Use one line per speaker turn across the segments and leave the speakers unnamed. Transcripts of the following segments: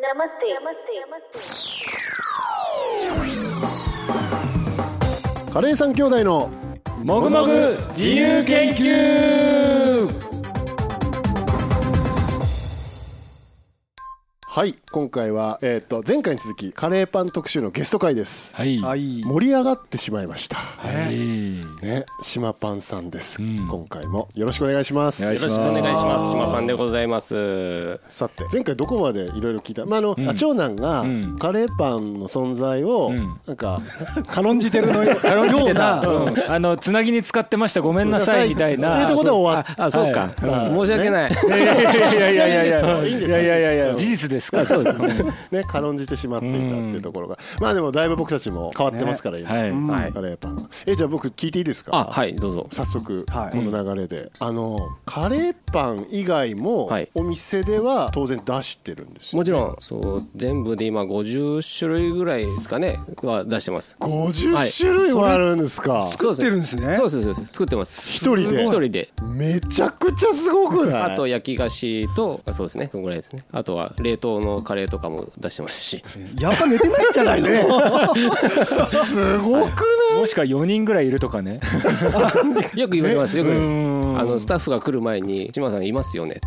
नमस्ते नमस्ते नमस्ते
カレーさん兄弟の
もぐもぐ自由研究
はい今回は、えー、と前回に続きカレーパン特集のゲスト会です
はいはい、
い
盛り上がってしまいました
はい、
ね島パンさんです、
うん
今回もよろしくお願いします
お願い
よろしくお願いします。島パンでございます。
さて前回どこまでいろいろ聞いた、まああの
うん
あ長男が
うん
カレーパンの存在を
うん
なんか、
軽んじてるのよ
あの見てた、
よう
うんあのつなぎに使ってましたごめんなさいみたいな
ええとこで終わっ
ああそうか、
はい
申し訳ない。
いやいやいやいやいや
い
いや
いんです
いやいやいやいや事実ですからそうです
ね軽んじてしまっていたっていうところが、まあでもだいぶ僕たちも変わってますから、今、
はい、
はい
カ。レーパンがえじゃあ僕聞いていいですか
あ、はい、どうぞ。
早速
はい
この流れで、あのカレーパン以外も
はい
お店では当然出してるんですよ
もちろん、そう、全部で今50種類ぐらいですかね、は出してます。はい
50種類もあるんですか
そう
作ってるんですね
そうです、そうです。作ってます。
一人です
一人で。
めちゃくちゃすごくない
あと焼き菓子と、あそうですね、そのぐらいですね。あとは冷凍のカレーとかも出してますし。
やっぱ寝てないんじゃないの
すごく
もしくは4人ぐらいいるとか ね
よく言われます、よく言われ
うん
ます。あの、スタッフが来る前に、島さんいますよね。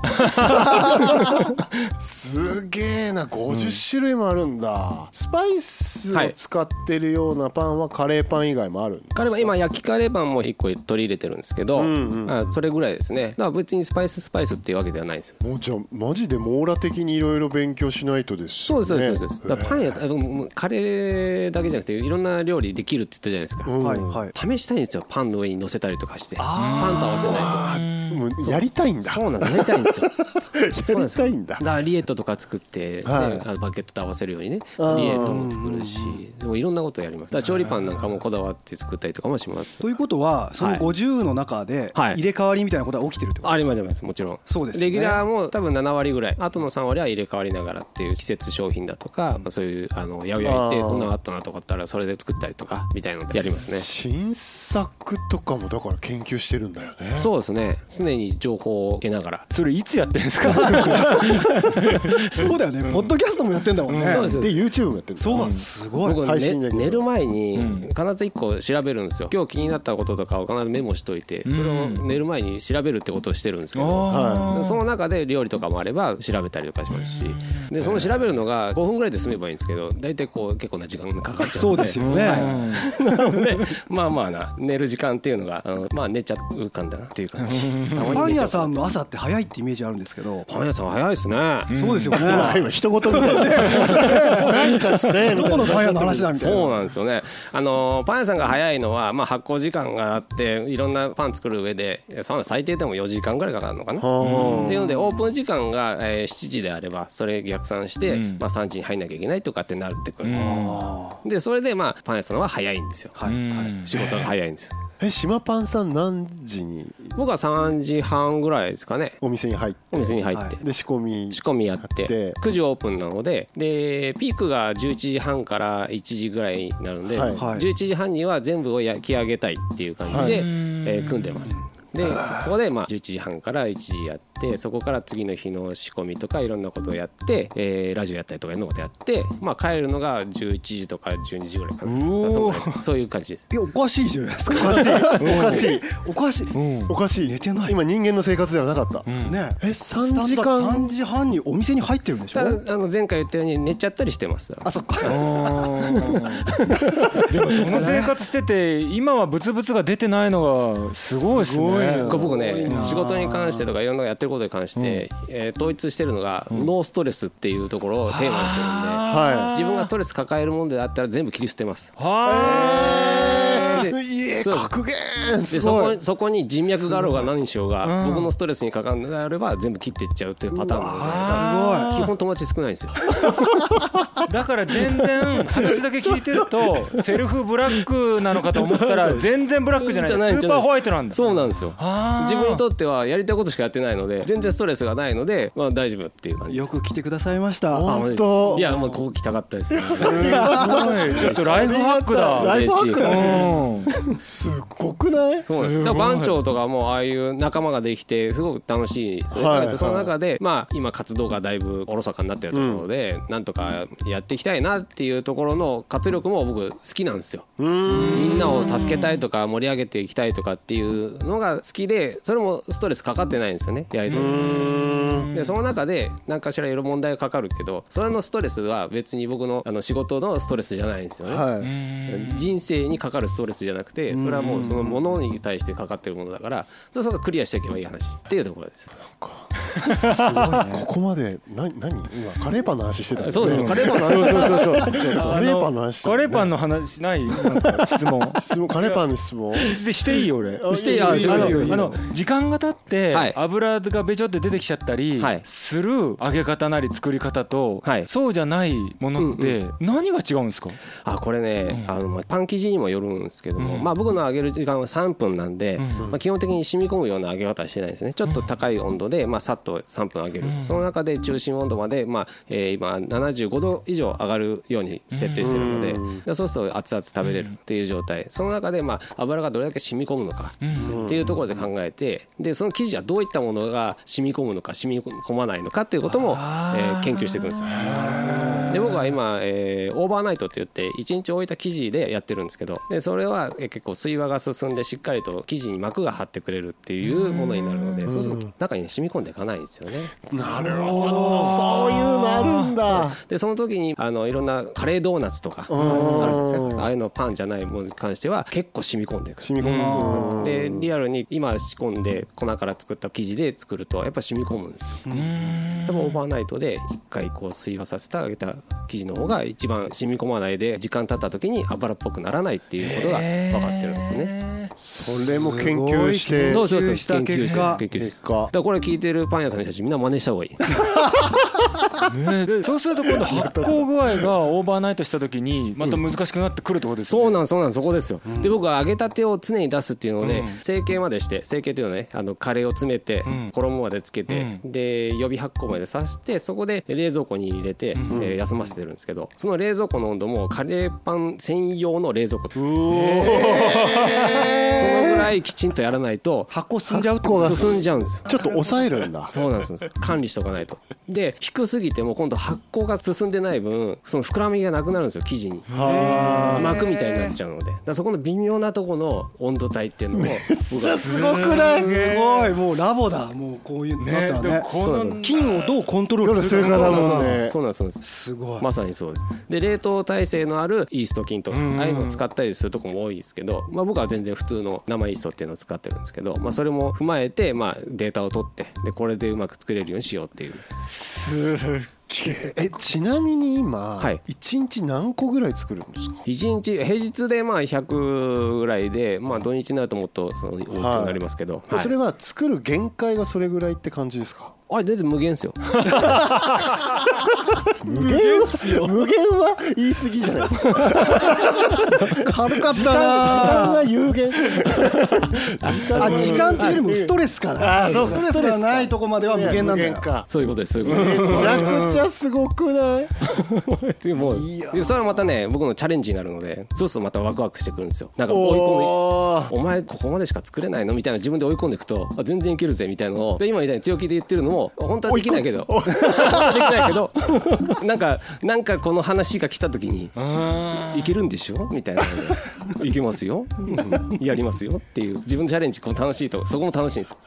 すげえな50種類もあるんだ、スパイスを使ってるようなパンはカレーパン以外もあるんだ
カレーパン今焼きカレーパンも1個取り入れてるんですけど、
うんうん
あそれぐらいですねだから別にスパイススパイスっていうわけではないんですよ
もうじゃあマジで網羅的にいろいろ勉強しないとです
そう
よ
で
ね
すそうですそうです、だからパンやつあもうもうカレーだけじゃなくていろんな料理できるって言ったじゃないですか、
うん
はいはい
試したいんですよパンの上に乗せたりとかしてパンと合わせな
あーもうやりたいん
いと
だ
そうなんですやりたいん ですよそう
や
なん
り
です
たいんだ
だからリエットとか作って、ね
はい
あのバケットと合わせるようにねリエ
あー
ットも作るしでもいろんなことやりますだから調理パンなんかもこだわって作ったりとかもします
ということはその
はい
50の中で
はい
入れ替わりみたいなことは起きてるってこと
ありますありますもちろん
そうですよね
レギュラーも多分7割ぐらいあとの3割は入れ替わりながらっていう季節商品だとか、まあ、そういうあのやうやいって
あー
こんなのあったなとかあったらそれで作ったりとかみたいなのやりますね
新作とかもだから研究してるんだよね
そうですね常に情報を得ながら、
それいつやってんですか
そうだよね ポッドキャストもやってんだもんね
そうです
で YouTube もやってるんだ
そうすごい
僕
配
ね
信で
寝る前に
うん
必ず1個調べるんですよ今日気になったこととかを必ずメモしといてそれを寝る前に調べるってことをしてるんですけど
あー
その中で料理とかもあれば調べたりとかしますしでその調べるのが5分ぐらいで済めばいいんですけど大体こう結構な時間がかかっちゃうん
そうですよね
なの でまあまあな寝る時間っていうのがあのまあ寝ちゃうかんだなっていう感じたま
パン
に寝ちゃ
屋
う
さんの朝って早いってイメージあるんですけど
パン屋さんは早いですね
そうですよ
なんか
ね
今人事みたいななんかですねみたいな
どこのパン屋の話だみたい
そう
な
なんですよねあのパン屋さんが早いのは、まあ、発酵時間があっていろんなパン作る上でそんな最低でも4時間ぐらいかかるのかな
は
っていうのでオープン時間が、えー7時であればそれ逆算して、
うん
まあ、3時に入んなきゃいけないとかってなってくるん
う
ですよ、
ん
でそれで、まあ、パン屋さんは早いんですよ、
うん
仕事が早いんです
あ え島パンさん何時に
僕は3時半ぐらいですかね
お店に入って
お店に入って、
はい
で仕込み
仕込みやっ
やってて
9時オープンなのででピークが11時半から1時ぐらいになるんで、
はい
はい
11時半には全部を焼き上げたいっていう感じで、
はい
えー組んでます。でそこでまあ11時半から1時やってそこから次の日の仕込みとかいろんなことをやって、えーラジオやったりとかいろんなことやって、まあ、帰るのが11時とか12時ぐらいかなそんぐらいですそういう感じです。
いやおかしいじゃないですか
おかしいおかしい
おかしいね
おかしい
寝てない
今人間の生活ではなかったえ3時間
3時半にお店に入ってるんでしたょ
だあの前回言ったように寝ちゃったりしてます
あそっか
でもその生活してて今はブツブツが出てないのがすごいです
すごい
ね
な
これ僕
すご
ね
いな
仕事に関してとかいろんなやってることに関して、えー統一してるのが、ノーストレスっていうところをテーマにしてるんで
は
自分がストレス抱えるものであったら全部切り捨てます。
は
で
いいえ
そう
格言
ですそ
ご
こ
い
にそこに人脈があろうが何しようが、
うん
僕のストレスにかかんなれば全部切っていっちゃうっていうパターンなので。
あ
基本友達少ないんですよ。
だから全然話だけ聞いてるとセルフブラックなのかと思ったら全然ブラックじゃない
じゃない
スーパーホワイトなんだ
そうなんですよ。
あー
自分にとってはやりたいことしかやってないので、全然ストレスがないので、まあ大丈夫っていう感じで
よ
す。
く来てくださいました
あ本当
いや、もうここ来たかったですよ。
すごいちょっとライフハックだ
ライフハックだね
うん
すっごくない
そうです
すごい
だから番長とかもああいう仲間ができてすごく楽しいそれ
はい
その中で、まあ、今活動がだいぶおろそかになってるところで、なんとかやっていきたいなっていうところの活力も僕好きなんですよ。
うーん
みんなを助けたいとか盛り上げていきたいとかっていうのが好きでそれもストレスかかってないんですよねやりとりに対してでその中で何かしらいろいろ問題がかかるけどそれのストレスは別に僕のあの仕事のストレスじゃないんですよね。
は
う
い
ん
人生にかかるストレスじゃなくてそれはもうそのものに対してかかってるものだからそれそれクリアしていけばいい話っていうところです
ここまでな何今カレーパンの話してたよね
そうですよカレーパンの
そうそうそうそう
カレーパンの話
カレーパ
の
ンの話しないなんか質 問
質問カレーパンの質問
してしていい俺
あ
して
よ
あ
よ
そう
あの
です
よ
よ
あの時間が経って
はい
油がべちょって出てきちゃったり
はい
する揚げ方なり作り方と
はい
そうじゃないものって何が違うんですか
あこれね
うん
あのまあパン生地にもよるんですけども、
うん
まあ、僕の揚げる時間は3分なんで、
うん
まあ、基本的に染み込むような揚げ方はしてないですねちょっと高い温度で、まあ、さっと3分揚げる、
うん
その中で中心温度まで、まあえー今75度以上上がるように設定してるので,、
うん
でそうすると熱々食べれるっていう状態その中で、まあ、油がどれだけ染み込むのか
うん
っていうところで考えてでその生地はどういったものが染み込むのか染み込まないのかっていうことも、え
あー
ー研究していくんですよ。で僕は今、えーオーバーナイトって言って1日置いた生地でやってるんですけどでそれは、えー結構水和が進んでしっかりと生地に膜が張ってくれるっていうものになるのでそうすると中に染み込んでいかないんですよね。
なるほどそういうのあるんだ
でその時にあのいろんなカレードーナツとかあ
うん
るじゃないですかああいうのパンじゃないものに関しては結構染み込んでいく。
染み込むうん
でリアルに今仕込んで粉から作った生地で作るとやっぱ染み込むんですよでもオーバーナイトで一回こう水和させてあげた生地の方が一番染み込まないで時間経った時に油っぽくならないっていうことが分かってるんですよね
ね
それも研究して
そうそうそう
研究した
研究
結
して
果
研究して
結
だか
果
らこれ聞いてるパン屋さんの人たちみんな真似した方がいい
ね でそうすると今度発酵具合がオーバーナイトした時にまた難しくなってくるってことです
そう
よね
なんそうなんそこですよで僕は揚げたてを常に出すっていうので成形までして成形というのはねあのカレーを詰めて
うん
衣までつけて
う
で予備発酵までさしてそこで冷蔵庫に入れて
うん
えー休ませてるんですけどその冷蔵庫の温度もカレーパン専用の冷蔵庫そのぐらいきちんとやらないと
発酵進んじゃうって
発酵
こ
が
と
進んじゃうんですよ
ちょっと抑えるんだ
そうなんですよ管理しとかないとで低すぎても今度発酵が進んでない分その膨らみがなくなるんですよ生地に
はあ
膜みたいになっちゃうのでだからそこの微妙なとこの温度帯っていうのも僕は
すごくない
すごいもうラボだもうこういうのだった
で
ら
も
ね
こ
そうなん
の
ですよ
菌をどうコントロールする
ど
か
うするかだもんね
そうなんですそうなんです
すごい
まさにそうですで冷凍耐性のあるイースト菌とか
うんうん
ああいうのを使ったりするとこも多いですけど、まあ、僕は全然普通の生イーストっていうのを使ってるんですけど、まあ、それも踏まえて、まあ、データを取ってでこれでうまく作れるようにしようっていう
えちなみに今
はい
一日何個ぐらい作るんですか
1日平日でまあ100ぐらいで、まあ、土日になるともっとその多くなりますけど、はい
それは作る限界がそれぐらいって感じですか
あれ全然無限ですよ
無限は無限は言い過ぎじゃないですか
軽かっ
時
た
間
な
が有限
あ時間っていうよりもスト
レ
レスから
あそうか
ストレスがないとこまでは無限なんだよ
か
そういうことですそういうことです
めちゃくちゃすごくない
でも
いや
それはまたね僕のチャレンジになるのでそうするとまたワクワクしてくるんですよなんか追い込み
おー
お前ここまでしか作れないのみたいな自分で追い込んでいくとあ全然いけるぜみたいなのをで今みたいに強気で言ってるのも本 当はできないけど本当はできないけどなんかなんかこの話が来た時に
あー
いけるんでしょみたいなのでいけますようんやりますよっていう自分のチャレンジこう楽しいとそこも楽しいんです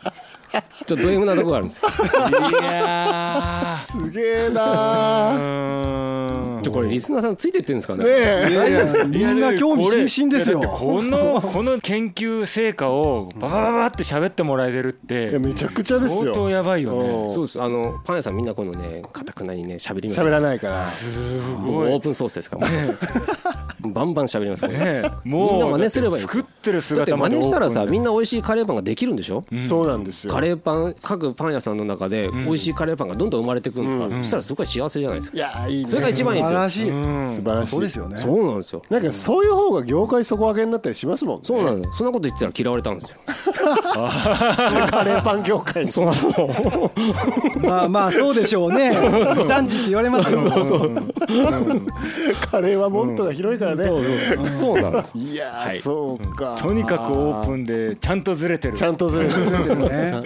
ちょっとド M なとこがあるんですよ
いや
すげえな
ーう
ー
ーん
ちょこれリスナーさんついてってるんですかね
ねえ
みんな興味津々ですよ
いやだってこのこの研究成果をババババって喋ってもらえてるっ
いや
て
めちゃくちゃです
相当
よ
やばいよね
そうですあのパン屋さんみんなこのねかたくなにね喋ります
喋らないから
す
も
ご
う
い
オープンソースですからもうバンバン喋りますから
ね
ね
もう
みんな真似すればいいんです
作
よ
ってる
だって
姿ま
真
で
似したらさみん
な
な美味しいカレーパンができるんでしょ
そうなんですよ
カレーパン各パン屋さんの中で
ん
美味しいカレーパンがどんどん生まれてくるんですから、
うん
そしたらすごい幸せじゃないですか
いやーいいね
それが一番いいですよ
素晴らし
素晴ら
い
しい
そうですよね
そうなんですよ
なんかそういう方が業界底上げになったりしますもんね
そうなんですよそんなこと言ってたら嫌われたんですよ
カレーパン業界に
そうなの
まあまあそうでしょうね異端児って言われますよ
カレーはもっとが広いからね、
そうそうそうなんです
いやー、
はい
そうか、あー
とにかくオープンでちゃんとずれてる
ちゃんとずれてる
ね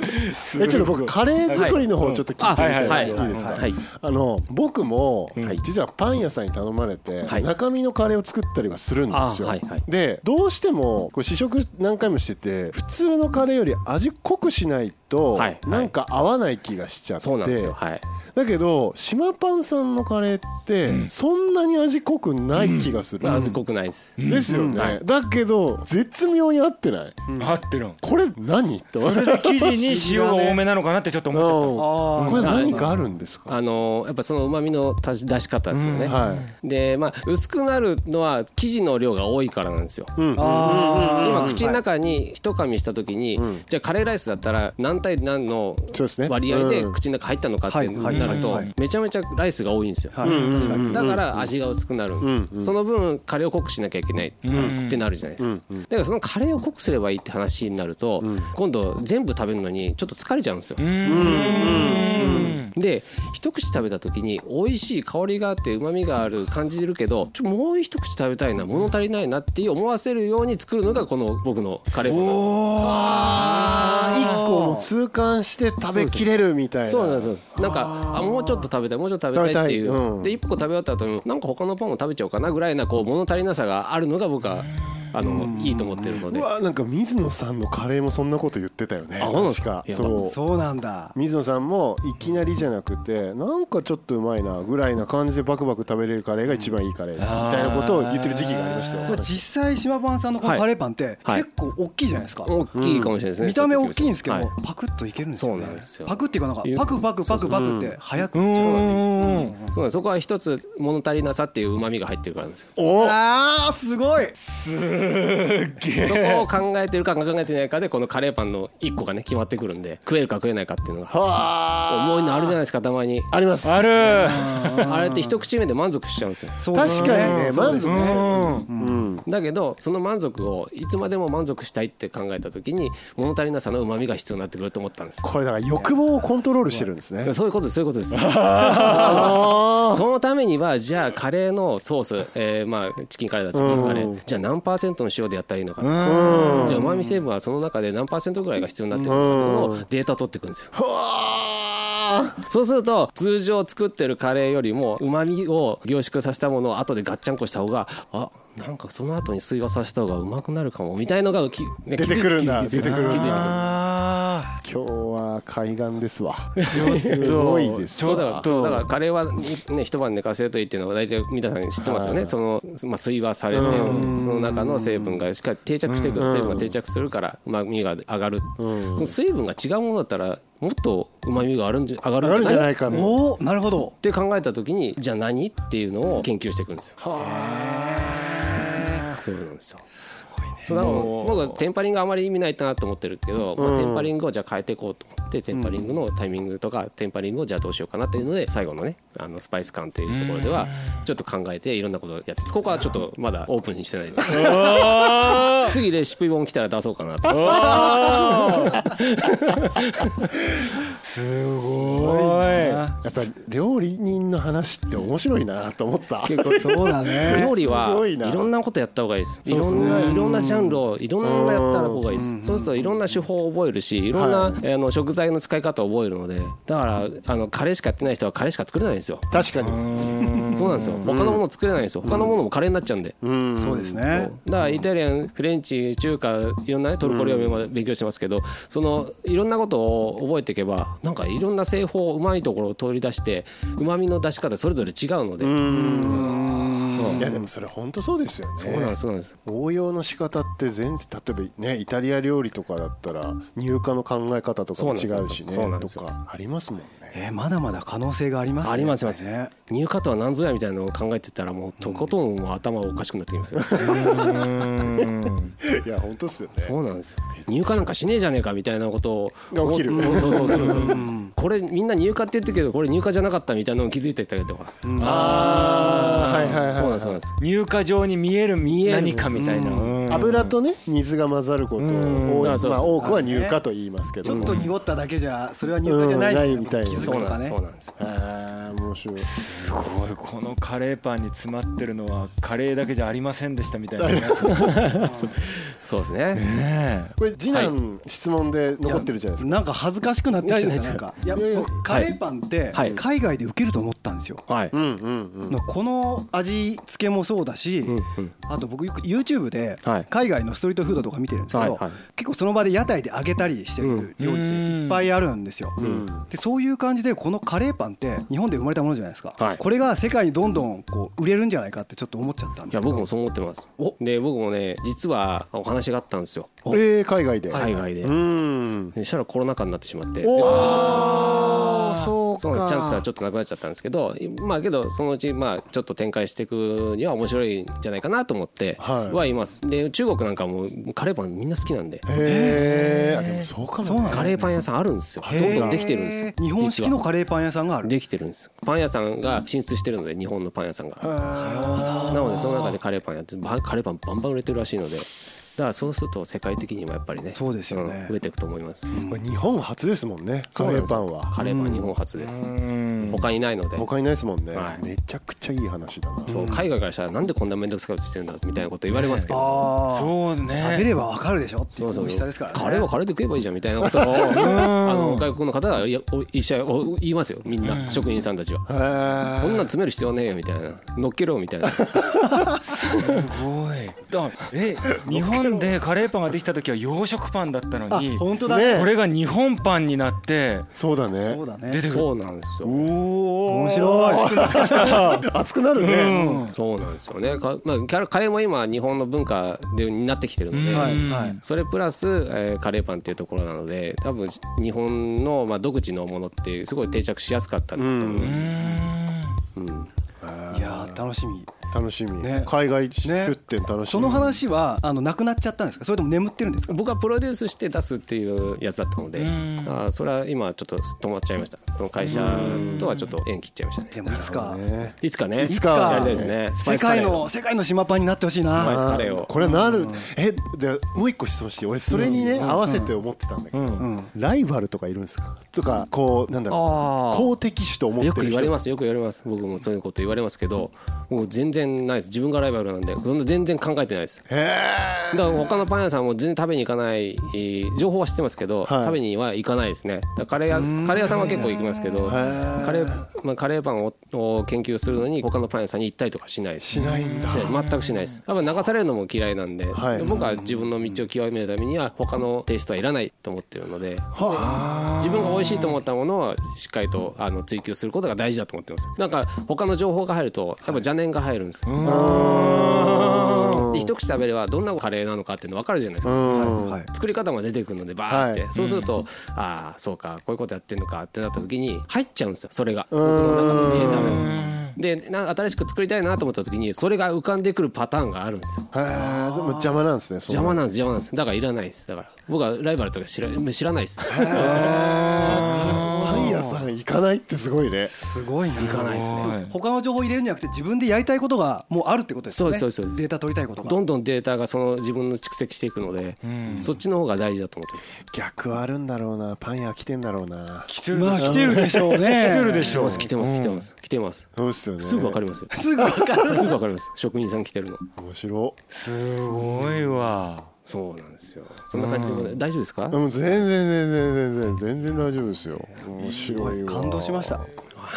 えちょっと僕カレー作りの
は
方
い
ちょっと聞いてみ
あ
た
はいい
ですよ
はい
いいですか
はい
あの僕も
はい
実はパン屋さんに頼まれて
はい
中身のカレーを作ったりはするんですよ
あはいはい
でどうしてもこう試食何回もしてて普通のカレーより味濃くしないと
はいはい
なんか合わない気がしちゃっ
そうなんです
て
よはい
だけど島パンさんのカレーってそんなに味濃くない気がする
味濃くないです
ですよねだけど絶妙に合ってない
合ってるん
これ何って思う
それで生地に塩が多めなのかなってちょっと思っちゃっ
あー
これ何かあるんですか
あのやっぱそのうまみの足し出し方ですよね、
はい
でまあ薄くなるのは生地の量が多いからなんですよ
うん
あー
今口の中に一噛みした時に、
うん
じゃあカレーライスだったら何対何の
そうですね
割合で
うん
口の中入ったのかって
はい
なると
はい
めちゃめちゃライスが多いんですよ
はいはい確かに
だから味が薄くなる
んうん
その分カレーを濃くしなきゃいけない
ん
ってなるじゃないです
う
か
んうん
だからそのカレーを濃くすればいいって話になると
うん
今度全部食べるのにちょっと疲れちゃうんですよ
たうーん
で一口食べた時に美味しい香りがあってうまみがある感じるけどちょもう一口食べたいな物足りないなって思わせるように作るのがこの僕のカレー粉なんですよ
おあ1個もう痛感して食べきれるみたいな
そうなんですそうなんですなんかあもうちょっと食べたいもうちょっと食べたいっていう
食べたいうん
で一個食べ終わった後になんか他のパンも食べちゃおうかなぐらいなこう物足りなさがあるのが僕はあのいいと思ってるので
うわなんか水野さんのカレーもそんなこと言ってたよね
あそうなんで
確
すか
か
いや
そう
そうなんだ
水野さんもいきなりじゃなくてなんかちょっとうまいなぐらいな感じでバクバク食べれるカレーが一番いいカレーだみたいなことを言ってる時期がありました
これ
よ
実際島パンさんのこのカレーパンって
はい
結構大きいじゃないですか、
大きいかもしれないですね
見た目大きいんですけど、
は
パクッといけるんですよね
そうなんですよ
パクっていうかなんかパクパクパクパクって早く
うーん
そうなんですそこは一つ物足りなさっていううまみが入ってるからなんですよ
お
あーすごい
そこを考えてるか考えてないかでこのカレーパンの1個がね決まってくるんで食えるか食えないかっていうのが
は
思いのあるじゃないですかたまに
あります
ある
あれって一口目で満足しちゃうんですよ
そうだね
確かにね満足しちゃう
うん
うん
だけどその満足をいつまでも満足したいって考えた時に物足りなさのうまみが必要になってくると思ったんですよ
これだから欲望をコントロールしてるんですね
そういうことですそういうこと です
あ
そのためにはじゃあカレーのソース、えーまあ、チキンカレーだチキンカレ
うん
ーじゃあ何パーセントの塩でやったらいいのか
う
とか
ん
じゃあうまみ成分はその中で何パーセントぐらいが必要になってくるのかっていうのをデータ取っていくんですよ
ーはー
そうすると通常作ってるカレーよりもうまみを凝縮させたものを後でガッチャンコした方があなんかその後に水和させた方がうまくなるかもみたいのがき、ね、
出てくるんだ
気づい
出てくるんだ
気づいてく
あー
今日は海岸ですわ。すごいです
そ
わ。
うだからそうだからカレーは、ね、一晩寝かせるといいっていうのは大体皆さん知ってますよね、その、まあ、水和されてその中の成分がしっかり定着していく成分が定着するからうまみが上がる、その水分が違うものだったらもっとうまみがあるんじゃ上
上
が
がる
るん
ん
じ
じ
ゃ
ゃ
な
な
いっ
いかな。
おおなるほど
て考えた時にじゃあ何っていうのを研究していくんですよ。そうなんですよ。そうだから僕はテンパリングあまり意味ないなと思ってるけど、まあテンパリングをじゃあ変えていこうと思ってテンパリングのタイミングとかテンパリングをじゃあどうしようかなっていうので最後のねあのスパイス感っていうところではちょっと考えていろんなことをやってここはちょっとまだオープンにしてないです次レシピ本来たら出そうかなと
すごい
あ
やっぱり料理人の話って面白いなと思った。
結構
そうだね
料理
す
は
ご
い
いな
ろんなことやった方がいいですい
そうっ
ろ
すね
んないろんなジャンルをいろんなやった方がいいですそうするといろんな手法を覚えるしいろんな、
はい
あの食材の使い方を覚えるのでだからあのカレーしかやってない人はカレーしか作れないんですよ
確かに。
そうなんですよ他のもの作れないんですよ他のものもカレーになっちゃうんで
うん。
そうですね
だからイタリアンフレンチ中華いろんなねトルコ料理も勉強してますけどそのいろんなことを覚えていけばなんかいろんな製法うまいところを取り出してうまみの出し方それぞれ違うので
いやでもそれ本当そうですよ
そうなんで
ね。
すそうなんです
応用の仕方って全然例えばねイタリア料理とかだったら入荷の考え方とかも違うしね
そうなん
と
ですよ
かありますもんね。
えーまだまだ可能性がありますね
ありますあります
ね
ニューカットは何ぞやみたいなのを考えてたらもうとことんもう頭おかしくなってきますよ
いや本当ですよね。
そうなんですよ入荷なんかしねえじゃねえかみたいなことを
が起きる
うんそうそうそうそうこれみんな入荷って言ってるけどこれ入荷じゃなかったみたいなのを気づいてたりとか
ああはいはいはい。
そうなんですそうなんです
入荷場に見える
見える
何かみたいな
うん
うん
油とね水が混ざることを
うん
多い
あそう
まあ
そう
多くは乳化と言いますけ
ち
ど
ょっと濁っただけじゃそれは入
うん
荷じゃない
ないみたいな
気づ
そう
くと
なん
か
です
ね
そうなんですよ
あー面白い
すごいこのカレーパンに詰まってるのはカレーだけじゃありませんでしたみたいなやつ
そうですね
ね
これ次男質問で残ってるじゃないです
なんか恥ずかしくなってきちゃっ
いや
た
いや
なんかいや
いやいや
僕カレーパンって
はい
海外で受けると思ったんですよ、
はい
か、うんうんうん
のこの味付けもそうだし、
うんうん
あと僕よく YouTube で
はい
海外のストリートフードとか見てるんですけど、
はいはい
結構その場で屋台で揚げたりしてる料理っていっぱいあるんですよ。
うん
でそういう感じでこのカレーパンって日本で生まれたものじゃないですか、
はい
これが世界にどんどんこう売れるんじゃないかってちょっと思っちゃったん
い
です
や
けど
僕もそう思ってます
お
で僕もね実はお話があったんですよ
えー海外で
海外で
うん
でそしたらコロナ禍になってしまって
お
で
ーそう
そうなんですチャンスは
か
ちょっとなくなっちゃったんですけどまあけどそのうちまあちょっと展開していくには面白いんじゃないかなと思って
はい
はいます、で中国なんかもカレーパンみんな好きなんで
へえでもそうかもね
カレーパン屋さんあるんですよどんどんできてるんですよ
日本式の
実
カレーパン屋さんがあ
は
る
できてるんですパン屋さんが進出してるので日本のパン屋さんが
あ
なのでその中でカレーパンやってばカレーパンバンバン売れてるらしいのでだからそうすると世界的にもやっぱりね
そうですよね
ん増えていくと思います
ーこれ日本初ですもんねカ
そうなん
レー
です
パンは
カレーパン日本初です、
うん
他にないので
他にないですもんね、
はい
めちゃくちゃいい話だな
そう海外からしたらなんでこんな面倒くさいことしてるんだみたいなこと言われますけど、
あー
そう
食べ
ね
ればわかるでしょってい
そう
う
そ
美
う
味しさですからね
カレーはカレーで食えばいいじゃんみたいな ことをあの外国の方がいやお医者お言いますよみんな、職員さんたちは。
へ
こんなん詰める必要ねえよみたいな乗っけろみ たいな
すごいだえ日本でカレーパンができた時は洋食パンだったの
あ
にこ
本当だ、
ね
ね、
れが日本パンになって
そうだね
そうだね
出てくる
そうなんですよ
おお
面白い
熱くなるね、
うん
そうなんですよねか、まあ、カレカレーも今日本の文化でになってきてるので、
うん
はいはい
それプラス、えーカレーパンっていうところなので多分日本の、まあ、独自のものってすごい定着しやすかったんだと思います、
うん
うん
あー
いやー楽しみ
楽しみ、
ね
海外出店楽しみ、
その話はあのなくなっちゃったんですかそれとも眠ってるんですか
僕はプロデュースして出すっていうやつだったので、
うん
あーそれは今ちょっと止まっちゃいましたその会社とはちょっと縁切っちゃいましたね
でもいつか
ね
いつかね
いつか
やりたいですねスパ
世
イスカレ
界
ー
の世界の島パンになってほしい
スパイ
な
スカレーを
これなる、えでもう一個質問して俺それにね、合わせて思ってたんだけど、
うん
ライバルとかいるんですかとかこうなんだろう
あー
公敵手と思って
よ
る人
く言われますよく言われます僕もそういうこと言われますけどもう全然ないです自分がライバルなんでそんな全然考えてないです
へえ
だから他のパン屋さんも全然食べに行かないえー情報は知ってますけど、
はい
食べには行かないですねだからカレー屋カレー屋さんは結構行きますけどカ
ー
レー、まあ、カレーパンをを研究するのに他のパン屋さんに行ったりとかしないです
しないんだ
全くしないですやっぱ流されるのも嫌いなんで、
はい
僕は自分の道を極めるためには他のテイストはいらないと思ってるので
は
自分が美味しいと思ったものはしっかりとあの追求することが大事だと思ってますなんか他の情報が入るとやっぱ邪念が入るんですよ、で一口食べればどんなカレーなのかっていうの分かるじゃないです
あう
か、
ん、
はい
作り方も出てくるのでバーって、
はい
そうすると、ああそうかこういうことやってんのかってなった時に入っちゃうんですよそれが
うーん
でな新しく作りたいなと思った時にそれが浮かんでくるパターンがあるんですよ
へーでも邪魔なんですねそん
邪魔なんです邪魔なんですだからいらないですだから僕はライバルとか知ら知らないです
パン屋さん行かないってすごいね
すごいな
行かないですね
他の情報入れるんじゃなくて自分でやりたいことがもうあるってことですよね
そうですそうです
データ取りたいことが
どんどんデータがその自分の蓄積していくので、
ん
そっちの方が大事だと思ってます
逆はあるんだろうなパン屋来てんだろうな
来て
まあ来てるでしょうね
来てるでしょう
来てます来てます来てます
そうっすよね
すぐわかりますよ
すぐ分かる
すぐわかります職人さん来てるの
面白
すごいわ
そうなんですよそんな感じでござい大丈夫ですか、
でも全然全然全然全然大丈夫ですよ面白いわ
感動しました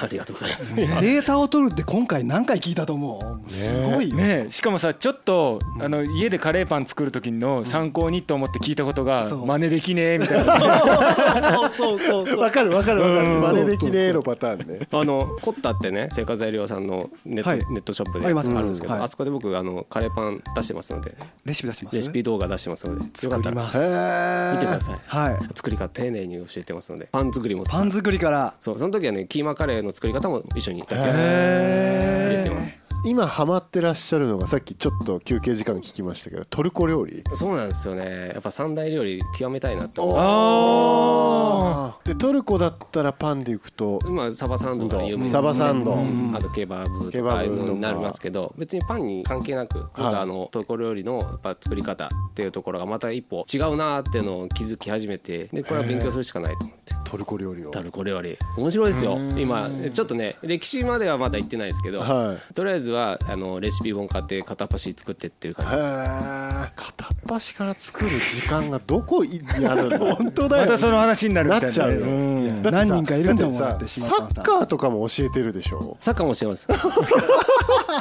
ありがとうございます
データを取るって今回何回聞いたと思うすごいよ
ねえしかもさちょっとあの家でカレーパン作る時の参考にと思って聞いたことが
そう
真似できねえみたいな
そうそうそうそう
わかるわかるわかる真似できねえのパターンね
あのコッタってね生活材料屋さんのネット,、
はい
ネットショップで
あ
あ
り
る
ます
んですけど、
はい
あそこで僕あのカレーパン出してますので
レシピ出してます
レシピ動画出してますのでよかっ
作
た
り
ら
ま
へ
す
え
見てください
はい
作り方丁寧に教えてますのでパン作りも
パン作りから
そうその時はねキーマカレーの作り方も一緒に入れてます
今ハマってらっしゃるのがさっきちょっと休憩時間聞きましたけどトルコ料理
そうなんですよねやっぱ三大料理極めたいなって思う
あ
でトルコだったらパンでいくと
今サバサンドが有名ですね
サバサンド、
うん
あとケバブ
ケ
と
バブとか
かああいうのになりますけど別にパンに関係なくなんかあのトルコ料理のやっぱ作り方っていうところがまた一歩違うなーっていうのを気づき始めてでこれは勉強するしかないと思って
トルコ料理を
タルコ料理面白いですよ
うん
今ちょっとね歴史まではまだ行ってないですけど
はい
とりあえずはあのレシピ本買って片っ端作ってっていう感じです
へえ片っ端から作る時間がどこにある の本当
あまたその話になるみたい
なっちゃうよ
ん
いや何人かいるんだもん
だ
だっ
ってて
島
さ
さ
サ
んさ
ッカーとかも教えてるでしょ
サッカーもしてます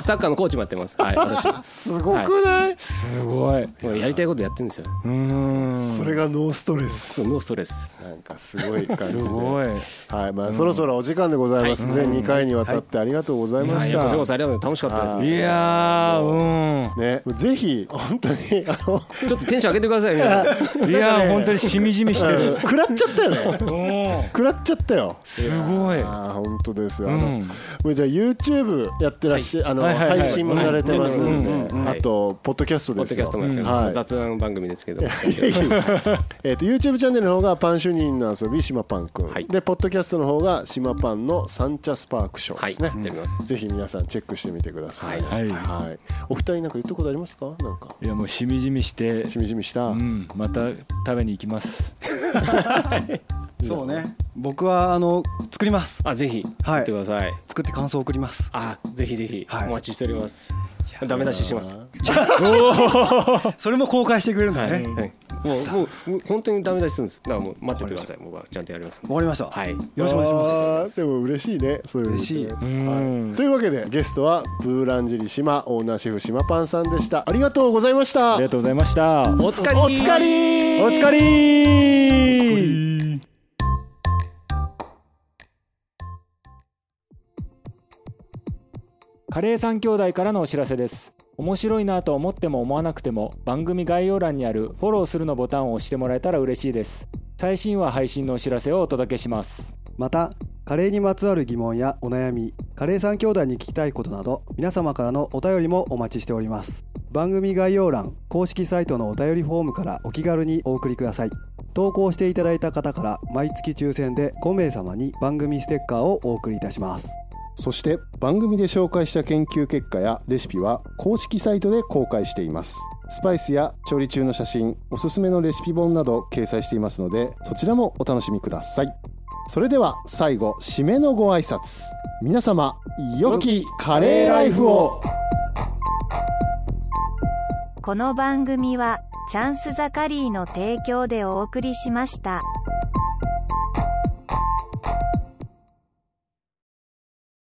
サッカーのコーチもやってますはい私
すごくない、
すごい
もうやりたいことやってるんですよ
うん
それがノーストレ
そ
ス
うノーストレス
なんかすごい感じ
す
で
ごい
はいまあ、そろそろお時間でございます、全2回にわたってありがとうございま
はい
し
や
た、
っぱジョーさんありがとう楽しかったです
はい
やー
ね、ぜひ本当にあの
ちょっとテンション上げてください皆さん
うんいやー本当にしみじみして る
食らっちゃったよね
うん
食らっちゃったよ
すごい
ああ本当ですよ、
う
あの
ん
もうじゃあ YouTube やってらっしゃ、あの、
はいはいはい
配信もされてますんで、
うんうんうんうん
あとポッドキャスト
ポ
で
ッド
す
キャストも
よ
やっ
う
て
んは
る
い
雑談番組ですけど
えー、と YouTube チャンネルの方がパン主任の遊び島パンくん、
はい
でポッドキャストの方が島パンのサンチャスパークショー
は
で
い
すね、
やっております
ぜひ皆さんチェックしてみてください
はいはい
はいお二人なんか言ったことありますかなんか
いやもうしみじみして
しみじみした、
うんまた食べに行きます
そうね僕はあの作ります
あぜひ
はい
行ってください
作って感想を送ります
あぜひぜひ
はい
お待ちしておりますダメ出しします
それも公開してくれるんだ
はい
ね
はいもうもうもう本当にダメ出しするんですだからもう待っててください僕はちゃんとやりますんで
わかりましたよ
はい
ろしくお願いします
すでも嬉しいねそういうの
嬉しい
うん
というわけでゲストはブーランジリ島オーナーシェフ島パンさんでしたありがとうございました
ありがとうございました
お疲れ
お疲れ
お疲れカレー三兄弟からのお知らせです面白いなと思っても思わなくても番組概要欄にあるフォローするのボタンを押してもらえたら嬉しいです最新話配信のお知らせをお届けします
またカレーにまつわる疑問やお悩みカレー三兄弟に聞きたいことなど皆様からのお便りもお待ちしております番組概要欄公式サイトのお便りフォームからお気軽にお送りください投稿していただいた方から毎月抽選で5名様に番組ステッカーをお送りいたします
そして番組で紹介した研究結果やレシピは公式サイトで公開していますスパイスや調理中の写真おすすめのレシピ本など掲載していますのでそちらもお楽しみくださいそれでは最後締めのご挨拶皆様良きカレーライフを
この番組はチャンスザカリーの提供でお送りしました。